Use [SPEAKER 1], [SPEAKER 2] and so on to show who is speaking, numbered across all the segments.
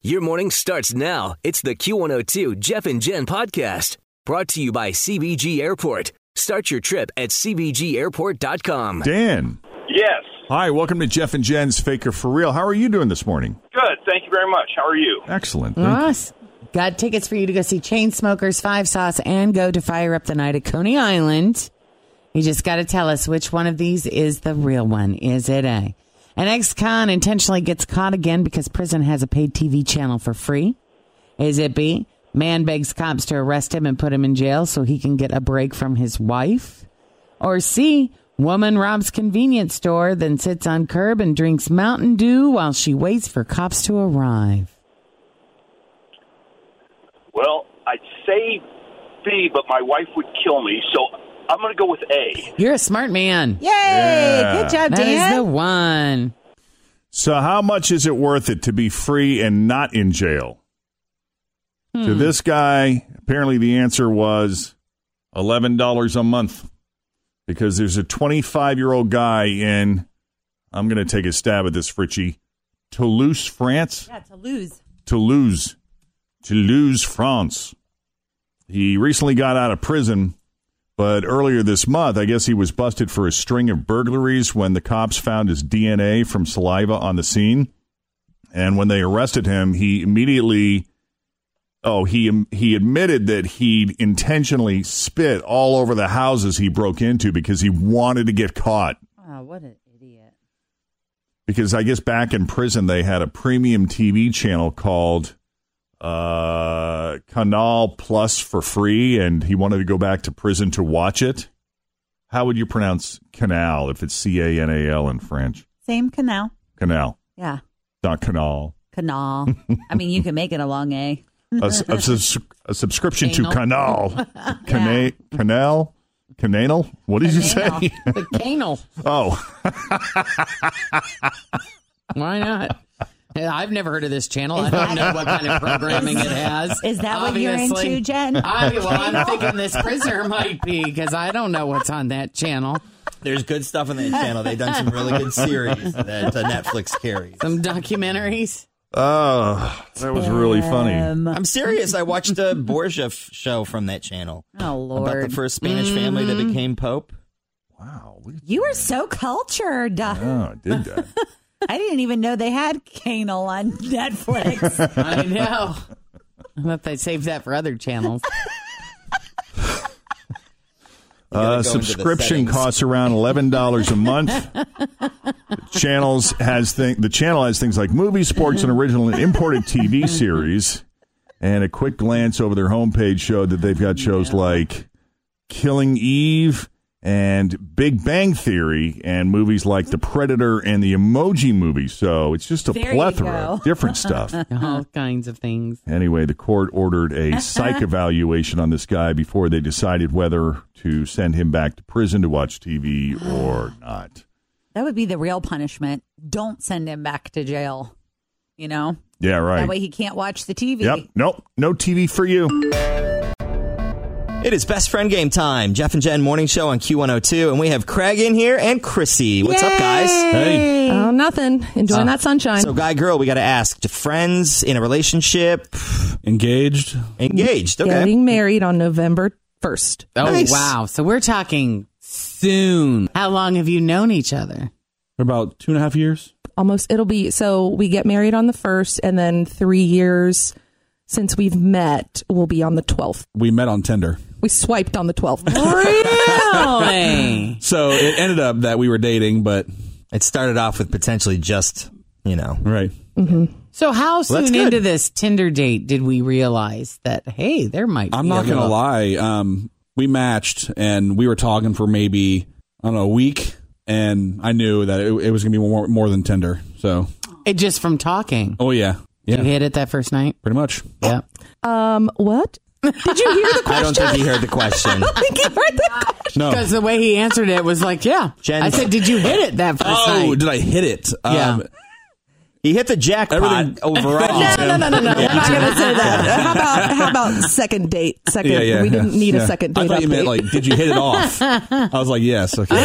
[SPEAKER 1] Your morning starts now. It's the Q102 Jeff and Jen podcast brought to you by CBG Airport. Start your trip at CBGAirport.com.
[SPEAKER 2] Dan.
[SPEAKER 3] Yes.
[SPEAKER 2] Hi, welcome to Jeff and Jen's Faker for Real. How are you doing this morning?
[SPEAKER 3] Good. Thank you very much. How are you?
[SPEAKER 2] Excellent. Thank you.
[SPEAKER 4] Ross, got tickets for you to go see Chainsmokers, Five Sauce, and go to Fire Up the Night at Coney Island. You just got to tell us which one of these is the real one. Is it A? An ex con intentionally gets caught again because prison has a paid TV channel for free. Is it B? Man begs cops to arrest him and put him in jail so he can get a break from his wife. Or C? Woman robs convenience store, then sits on curb and drinks Mountain Dew while she waits for cops to arrive.
[SPEAKER 3] Well, I'd say B, but my wife would kill me, so I'm going to go with A.
[SPEAKER 4] You're a smart man.
[SPEAKER 5] Yay! Good job,
[SPEAKER 4] That is
[SPEAKER 5] Dan.
[SPEAKER 4] the one.
[SPEAKER 2] So, how much is it worth it to be free and not in jail? To
[SPEAKER 5] Hmm.
[SPEAKER 2] this guy, apparently the answer was $11 a month because there's a 25 year old guy in, I'm going to take a stab at this, Fritchie, Toulouse, France.
[SPEAKER 5] yeah, to lose.
[SPEAKER 2] Toulouse, Toulouse, France. He recently got out of prison, but earlier this month, I guess he was busted for a string of burglaries when the cops found his DNA from saliva on the scene. And when they arrested him, he immediately oh, he he admitted that he intentionally spit all over the houses he broke into because he wanted to get caught
[SPEAKER 5] Wow, what an idiot.
[SPEAKER 2] because I guess back in prison they had a premium TV channel called uh, Canal Plus for free, and he wanted to go back to prison to watch it. How would you pronounce canal if it's C A N A L in French?
[SPEAKER 5] Same canal.
[SPEAKER 2] Canal,
[SPEAKER 5] Yeah,
[SPEAKER 2] not canal.
[SPEAKER 5] canal. I mean, you can make it a long A.
[SPEAKER 2] A, s- a subs- a subscription to
[SPEAKER 5] Canal.
[SPEAKER 2] canal. Cana- Canal? Canal? What did you say?
[SPEAKER 4] The canal.
[SPEAKER 2] Oh,
[SPEAKER 4] Why not? Hey, I've never heard of this channel. I don't know what kind of programming it has.
[SPEAKER 5] Is that what you're
[SPEAKER 4] obviously.
[SPEAKER 5] into, Jen?
[SPEAKER 4] I, well, I'm thinking this prisoner might be because I don't know what's on that channel.
[SPEAKER 6] There's good stuff on that channel. They've done some really good series that uh, Netflix carries.
[SPEAKER 4] Some documentaries.
[SPEAKER 2] oh, that was really funny.
[SPEAKER 5] Um,
[SPEAKER 6] I'm serious. I watched a Borgia f- show from that channel
[SPEAKER 5] oh,
[SPEAKER 6] about the
[SPEAKER 5] Lord.
[SPEAKER 6] first Spanish family that became pope.
[SPEAKER 2] Wow, look at
[SPEAKER 5] You are so cultured.
[SPEAKER 2] oh, I did that.
[SPEAKER 5] I didn't even know they had canal on Netflix.
[SPEAKER 4] I know. I thought they saved that for other channels.
[SPEAKER 6] You gotta
[SPEAKER 2] Uh,
[SPEAKER 6] go into the
[SPEAKER 2] subscription
[SPEAKER 6] settings.
[SPEAKER 2] costs around eleven dollars a month. The channels has thing. The channel has things like movies, sports, and original and imported TV series. And a quick glance over their homepage showed that they've got shows like Killing Eve and Big Bang Theory, and movies like The Predator and the Emoji Movie. So it's just a
[SPEAKER 5] There you
[SPEAKER 2] plethora
[SPEAKER 5] go.
[SPEAKER 2] of different stuff.
[SPEAKER 4] All kinds of things.
[SPEAKER 2] Anyway, the court ordered a psych evaluation on this guy before they decided whether to send him back to prison to watch TV or not.
[SPEAKER 5] That would be the real punishment. Don't send him back to jail. You know?
[SPEAKER 2] Yeah, right.
[SPEAKER 5] That way he can't watch the TV.
[SPEAKER 2] yep. Nope. No TV for you.
[SPEAKER 6] It is best friend game time. Jeff and Jen morning show on Q102, and we have Craig in here and Chrissy. What's up, guys?
[SPEAKER 2] Hey.
[SPEAKER 7] Oh, nothing. Enjoying that sunshine.
[SPEAKER 6] So, guy, girl, we got to ask: Do friends in a relationship
[SPEAKER 8] Engaged.
[SPEAKER 6] engaged? Okay.
[SPEAKER 7] Getting married on November 1st.
[SPEAKER 4] Oh,
[SPEAKER 6] Nice.
[SPEAKER 4] wow. So we're talking soon. How long have you known each other?
[SPEAKER 8] For about two and a half years.
[SPEAKER 7] Almost, it'll be so we get married on the 1st and then three years since we've met will be on the 12th.
[SPEAKER 2] We met on Tinder.
[SPEAKER 7] We swiped on the 12th.
[SPEAKER 4] Really?
[SPEAKER 2] So it ended up that we were dating, but
[SPEAKER 6] it started off with potentially just you know
[SPEAKER 2] right.
[SPEAKER 4] So how
[SPEAKER 6] that's
[SPEAKER 4] soon
[SPEAKER 6] good.
[SPEAKER 4] into this Tinder date did we realize that hey, there might?
[SPEAKER 2] I'm
[SPEAKER 4] be
[SPEAKER 2] not
[SPEAKER 4] a
[SPEAKER 2] gonna
[SPEAKER 4] little-
[SPEAKER 2] lie. Um, we matched and we were talking for maybe I don't know a week, and I knew that it, it was gonna be more more than Tinder. So
[SPEAKER 4] It just from talking.
[SPEAKER 2] oh yeah,
[SPEAKER 4] Did
[SPEAKER 2] yeah, Oh.
[SPEAKER 4] You hit it that first night.
[SPEAKER 2] pretty much.
[SPEAKER 4] Yeah.
[SPEAKER 7] Um, what? Did you hear the
[SPEAKER 6] I
[SPEAKER 7] question?
[SPEAKER 6] don't think he heard the question.
[SPEAKER 7] think you heard the question.
[SPEAKER 2] No.
[SPEAKER 4] Because the way he answered it was like, yeah.
[SPEAKER 6] Jen-
[SPEAKER 4] I said, did you hit it that first
[SPEAKER 2] Oh,
[SPEAKER 4] night?
[SPEAKER 2] did I hit it?
[SPEAKER 4] Yeah.
[SPEAKER 6] He hit the jackpot
[SPEAKER 2] Everything-
[SPEAKER 6] overall.
[SPEAKER 7] No, no, no, no, no. We're not going to say that. How about how about second date? Second,
[SPEAKER 2] Yeah, yeah.
[SPEAKER 7] we didn't need
[SPEAKER 2] yeah.
[SPEAKER 7] a second date.
[SPEAKER 2] I thought you meant
[SPEAKER 7] update.
[SPEAKER 2] like, did you hit it off? I was like, yes. Okay.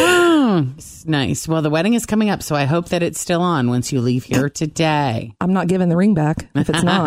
[SPEAKER 4] Nice. Well, the wedding is coming up, so I hope that it's still on once you leave here today.
[SPEAKER 7] I'm not giving the ring back if it's not.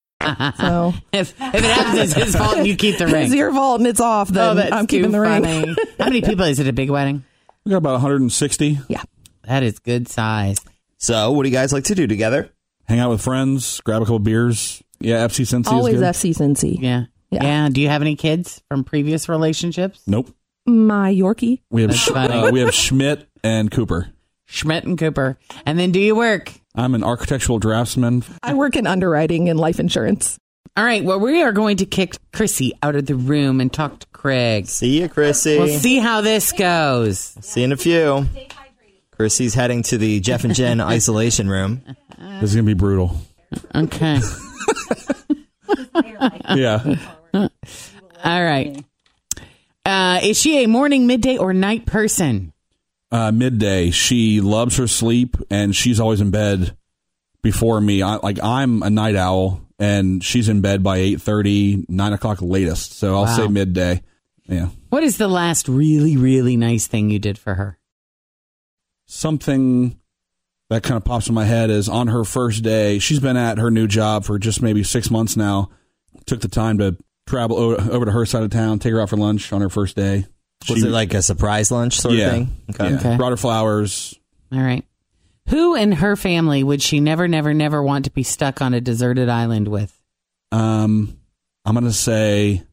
[SPEAKER 7] So
[SPEAKER 4] If, if it happens, it's his fault and you keep the ring.
[SPEAKER 7] it's your vault and it's off.
[SPEAKER 4] Oh,
[SPEAKER 7] Then
[SPEAKER 4] that's
[SPEAKER 7] I'm
[SPEAKER 4] too
[SPEAKER 7] keeping the
[SPEAKER 4] funny.
[SPEAKER 7] ring.
[SPEAKER 4] How many people is it a big wedding?
[SPEAKER 2] We got about 160.
[SPEAKER 4] That is good size.
[SPEAKER 6] So, what do you guys like to do together?
[SPEAKER 2] Hang out with friends, grab a couple beers. Yeah, FC Cincy
[SPEAKER 7] Always
[SPEAKER 2] is good.
[SPEAKER 7] FC Cincy.
[SPEAKER 4] Yeah. yeah.
[SPEAKER 7] Yeah.
[SPEAKER 4] Do you have any kids from previous relationships?
[SPEAKER 2] nope.
[SPEAKER 7] My Yorkie.
[SPEAKER 2] We have
[SPEAKER 4] That's
[SPEAKER 2] Sch-
[SPEAKER 4] funny.
[SPEAKER 2] uh, we have Schmidt and Cooper.
[SPEAKER 4] Schmidt and Cooper. And then do you work?
[SPEAKER 2] I'm an architectural draftsman.
[SPEAKER 7] I work in underwriting and life insurance.
[SPEAKER 4] All right. Well, we are going to kick Chrissy out of the room and talk to Craig.
[SPEAKER 6] See you, Chrissy.
[SPEAKER 4] We'll see how this goes.
[SPEAKER 6] See you in a few. Chrissy's heading to the Jeff and Jen isolation room.
[SPEAKER 2] This is gonna be brutal.
[SPEAKER 4] Okay.
[SPEAKER 2] Yeah.
[SPEAKER 4] All right. Uh, is she a morning, midday, or night person?
[SPEAKER 2] Uh, midday. She loves her sleep, and she's always in bed before me. I, like I'm a night owl, and she's in bed by 8:30, 9 o'clock latest. So I'll
[SPEAKER 4] Wow.
[SPEAKER 2] say midday. Yeah.
[SPEAKER 4] What is the last really, really nice thing you did for her?
[SPEAKER 2] something that kind of pops in my head is on her first day, she's been at her new job for just maybe six months now. Took the time to travel o- over to her side of town, take her out for lunch on her first day.
[SPEAKER 6] Was
[SPEAKER 2] She-
[SPEAKER 6] it like a surprise lunch sort
[SPEAKER 2] Yeah.
[SPEAKER 6] of thing?
[SPEAKER 2] Yeah.
[SPEAKER 4] Okay.
[SPEAKER 2] Brought her flowers.
[SPEAKER 4] All right. Who in her family would she never, never, never want to be stuck on a deserted island with?
[SPEAKER 2] Um, I'm gonna say,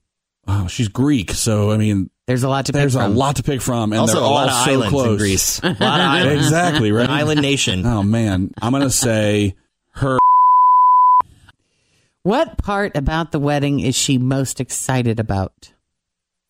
[SPEAKER 2] oh, she's Greek, so I mean,
[SPEAKER 4] There's a lot to pick
[SPEAKER 2] there's a
[SPEAKER 4] from.
[SPEAKER 2] lot to pick from, and
[SPEAKER 6] also,
[SPEAKER 2] they're
[SPEAKER 6] a
[SPEAKER 2] all
[SPEAKER 6] lot of
[SPEAKER 2] so
[SPEAKER 6] islands
[SPEAKER 2] close.
[SPEAKER 6] in Greece. A lot of islands.
[SPEAKER 2] exactly right.
[SPEAKER 6] An island nation.
[SPEAKER 2] Oh man, I'm gonna say her.
[SPEAKER 4] What part about the wedding is she most excited about?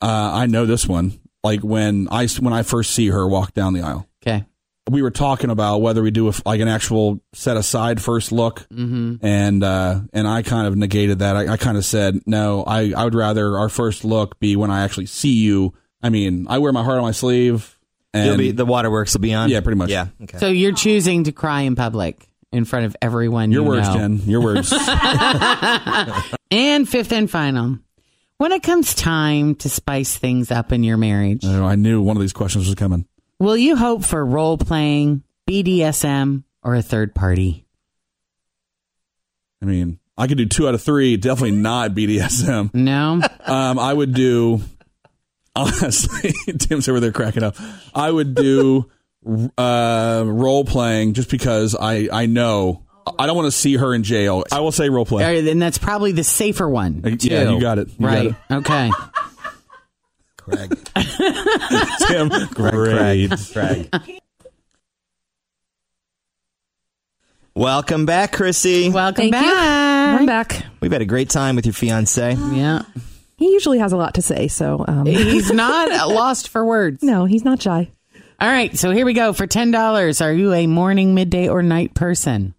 [SPEAKER 2] Uh, I know this one. Like when I s- when I first see her walk down the aisle.
[SPEAKER 4] Okay.
[SPEAKER 2] we were talking about whether we do a, like an actual set aside first look, and uh, and I kind of negated that. I, I kind of said no. I, I would rather our first look be when I actually see you. I mean, I wear my heart on my sleeve,
[SPEAKER 6] You'll
[SPEAKER 2] and
[SPEAKER 6] be, the waterworks will be on.
[SPEAKER 2] Yeah, pretty much.
[SPEAKER 6] Yeah. Okay.
[SPEAKER 4] So you're choosing to cry in public in front of everyone.
[SPEAKER 2] your
[SPEAKER 4] you
[SPEAKER 2] words,
[SPEAKER 4] know.
[SPEAKER 2] Jen. Your words.
[SPEAKER 4] And fifth and final. When it comes time to spice things up in your marriage,
[SPEAKER 2] Oh, I knew one of these questions was coming.
[SPEAKER 4] will you hope for role playing, BDSM, or a third party?
[SPEAKER 2] I mean, I could do two out of three. Definitely not BDSM.
[SPEAKER 4] No?
[SPEAKER 2] Um, I would do. Honestly, Tim's over there cracking up. I would do uh, role playing just because I I know I don't want to see her in jail. I will say role
[SPEAKER 4] All
[SPEAKER 2] play.
[SPEAKER 4] right, and that's probably the safer one.
[SPEAKER 2] Uh, Yeah,
[SPEAKER 4] too.
[SPEAKER 2] you got it. You got
[SPEAKER 4] right. Okay.
[SPEAKER 6] Craig.
[SPEAKER 2] it. Tim. Great.
[SPEAKER 6] Craig. Welcome back, Chrissy.
[SPEAKER 4] Welcome
[SPEAKER 7] Thank you.
[SPEAKER 4] back.
[SPEAKER 7] I'm back.
[SPEAKER 6] We've had a great time with your fiance.
[SPEAKER 4] Yeah.
[SPEAKER 7] He usually has a lot to say, so um,
[SPEAKER 4] He's not lost for words.
[SPEAKER 7] no, he's not shy.
[SPEAKER 4] All right, so here we go. For $10, are you a morning, midday, or night person?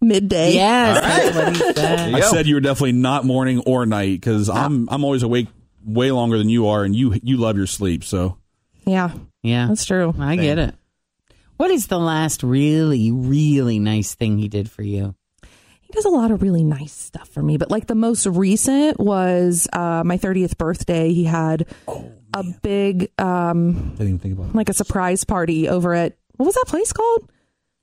[SPEAKER 7] midday.
[SPEAKER 4] Yes,
[SPEAKER 2] I said you were definitely not morning or night because I'm I'm always awake way longer than you are, and you you love your sleep. So
[SPEAKER 7] yeah,
[SPEAKER 4] yeah, that's
[SPEAKER 7] true.
[SPEAKER 4] I get it. What is the last really, really nice thing he did for you?
[SPEAKER 7] He does a lot of really nice stuff for me, but like the most recent was uh, my 30th birthday. He had a big, um,
[SPEAKER 2] I didn't even think about
[SPEAKER 7] like a surprise party over at what was that place called?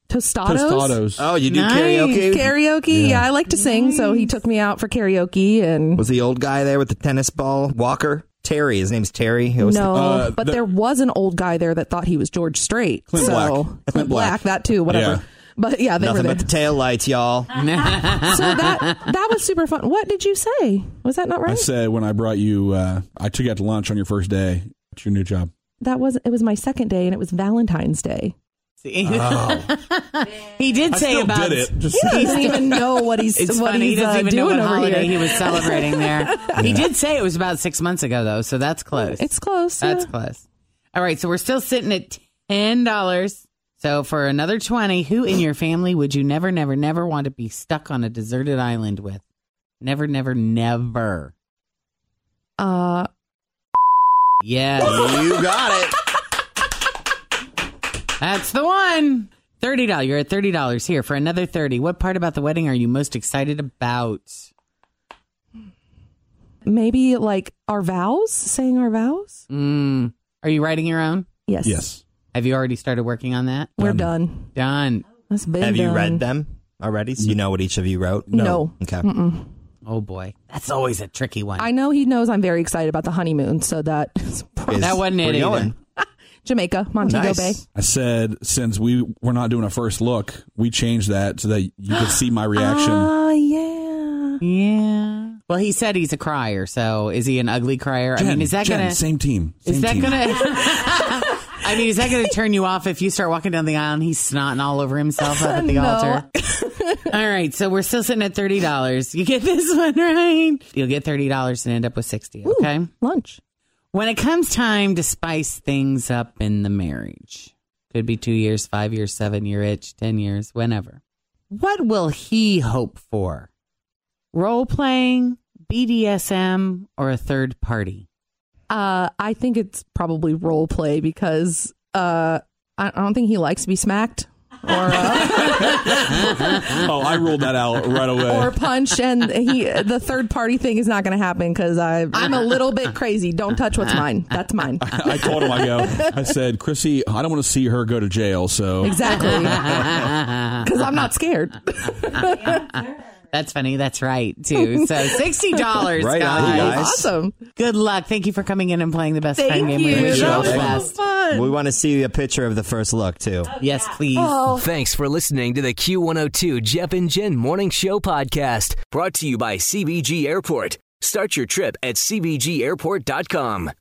[SPEAKER 7] Tostados.
[SPEAKER 2] Tostados. Oh, you do
[SPEAKER 7] Nice.
[SPEAKER 6] karaoke?
[SPEAKER 7] Karaoke. Yeah. I like to sing, so he took me out for karaoke and
[SPEAKER 6] Was the old guy there with the tennis ball? Walker? Terry. His name's Terry. He always-
[SPEAKER 7] no,
[SPEAKER 2] Uh,
[SPEAKER 7] but there was an old guy there that thought he was George Strait.
[SPEAKER 6] Clint
[SPEAKER 7] so
[SPEAKER 6] Black.
[SPEAKER 7] Clint,
[SPEAKER 6] Clint
[SPEAKER 7] Black.
[SPEAKER 6] Black.
[SPEAKER 7] that too, whatever.
[SPEAKER 6] Yeah.
[SPEAKER 7] But yeah, they
[SPEAKER 6] Nothing
[SPEAKER 7] were
[SPEAKER 6] but the
[SPEAKER 7] there.
[SPEAKER 6] tail lights, y'all.
[SPEAKER 7] so that that was super fun. What did you say? Was that not
[SPEAKER 2] I
[SPEAKER 7] right?
[SPEAKER 2] said when I brought you, uh, I took you out to lunch on your first day at your new job.
[SPEAKER 7] That was it was my second day and it was Valentine's Day.
[SPEAKER 4] He did
[SPEAKER 2] Oh. I
[SPEAKER 4] say
[SPEAKER 2] still
[SPEAKER 4] about
[SPEAKER 2] did it. Just-
[SPEAKER 7] He doesn't even know what he's
[SPEAKER 4] It's
[SPEAKER 7] what
[SPEAKER 4] funny.
[SPEAKER 7] he's
[SPEAKER 4] he
[SPEAKER 7] uh,
[SPEAKER 4] doesn't even know
[SPEAKER 7] doing
[SPEAKER 4] what
[SPEAKER 7] over
[SPEAKER 4] holiday
[SPEAKER 7] here.
[SPEAKER 4] he was celebrating there. He did say it was about six months ago, though, so that's close.
[SPEAKER 7] It's close.
[SPEAKER 4] That's
[SPEAKER 7] yeah.
[SPEAKER 4] close. All right, so we're still sitting at ten dollars. So for another twenty, who in your family would you never, never, never want to be stuck on a deserted island with? Never, never, never.
[SPEAKER 7] Uh,
[SPEAKER 4] Yes,
[SPEAKER 6] you got it.
[SPEAKER 4] that's the one. Thirty dollars. You're at thirty dollars here for another thirty. What part about the wedding are you most excited about?
[SPEAKER 7] maybe like our vows, saying our vows.
[SPEAKER 4] Mm. Are you writing your own?
[SPEAKER 7] Yes.
[SPEAKER 2] Yes.
[SPEAKER 4] Have you already started working on that?
[SPEAKER 7] We're done.
[SPEAKER 4] Done.
[SPEAKER 7] That's been
[SPEAKER 6] Have you
[SPEAKER 7] done.
[SPEAKER 6] read them already? So you know what each of you wrote?
[SPEAKER 7] No.
[SPEAKER 6] Okay.
[SPEAKER 7] Mm-mm.
[SPEAKER 4] Oh boy, that's always a tricky one.
[SPEAKER 7] I know he knows I'm very excited about the honeymoon, so that is probably
[SPEAKER 4] that wasn't
[SPEAKER 2] Where
[SPEAKER 4] it
[SPEAKER 2] you
[SPEAKER 4] either.
[SPEAKER 2] going?
[SPEAKER 7] Jamaica, Montego Bay.
[SPEAKER 2] I said since we were not doing a first look, we changed that so that you could see my reaction.
[SPEAKER 7] Ah, yeah.
[SPEAKER 4] Yeah. Well, he said he's a crier. So is he an ugly crier? I
[SPEAKER 2] Jen,
[SPEAKER 4] mean, is that
[SPEAKER 2] Jen,
[SPEAKER 4] gonna
[SPEAKER 2] same team?
[SPEAKER 4] is
[SPEAKER 2] same
[SPEAKER 4] that
[SPEAKER 2] team.
[SPEAKER 4] gonna? I mean, is that gonna turn you off if you start walking down the aisle and he's snotting all over himself up at the
[SPEAKER 7] No.
[SPEAKER 4] altar? all right. So we're still sitting at thirty dollars. You get this one right. You'll get thirty dollars and end up with sixty. Okay.
[SPEAKER 7] Lunch.
[SPEAKER 4] When it comes time to spice things up in the marriage, could be two years, five years, seven year itch, 10 years, whenever. What will he hope for? Role playing, BDSM, or a third party?
[SPEAKER 7] Uh, I think it's probably role play because uh, I I don't think he likes to be smacked or uh,
[SPEAKER 2] oh, I ruled that out right away.
[SPEAKER 7] or punched, and he the third party thing is not going to happen because I I'm a little bit crazy. Don't touch what's mine. That's mine.
[SPEAKER 2] I told him, I go, I said, Chrissy, I don't want to see her go to jail. So
[SPEAKER 7] Exactly. Because I'm not scared.
[SPEAKER 4] That's funny. That's right, too. So $60,
[SPEAKER 6] Right on,
[SPEAKER 4] guys.
[SPEAKER 6] guys.
[SPEAKER 7] Awesome.
[SPEAKER 4] Good luck. Thank you for coming in and playing the best
[SPEAKER 7] Thank
[SPEAKER 4] friend game
[SPEAKER 7] you.
[SPEAKER 4] we wish you
[SPEAKER 6] That
[SPEAKER 4] all the
[SPEAKER 6] was
[SPEAKER 4] best.
[SPEAKER 7] Fun.
[SPEAKER 6] We want to see a picture of the first look, too.
[SPEAKER 4] Yes, please.
[SPEAKER 1] Oh, Thanks for listening to the Q102 Jeff and Jen Morning Show podcast, brought to you by CBG Airport. Start your trip at CBGAirport.com.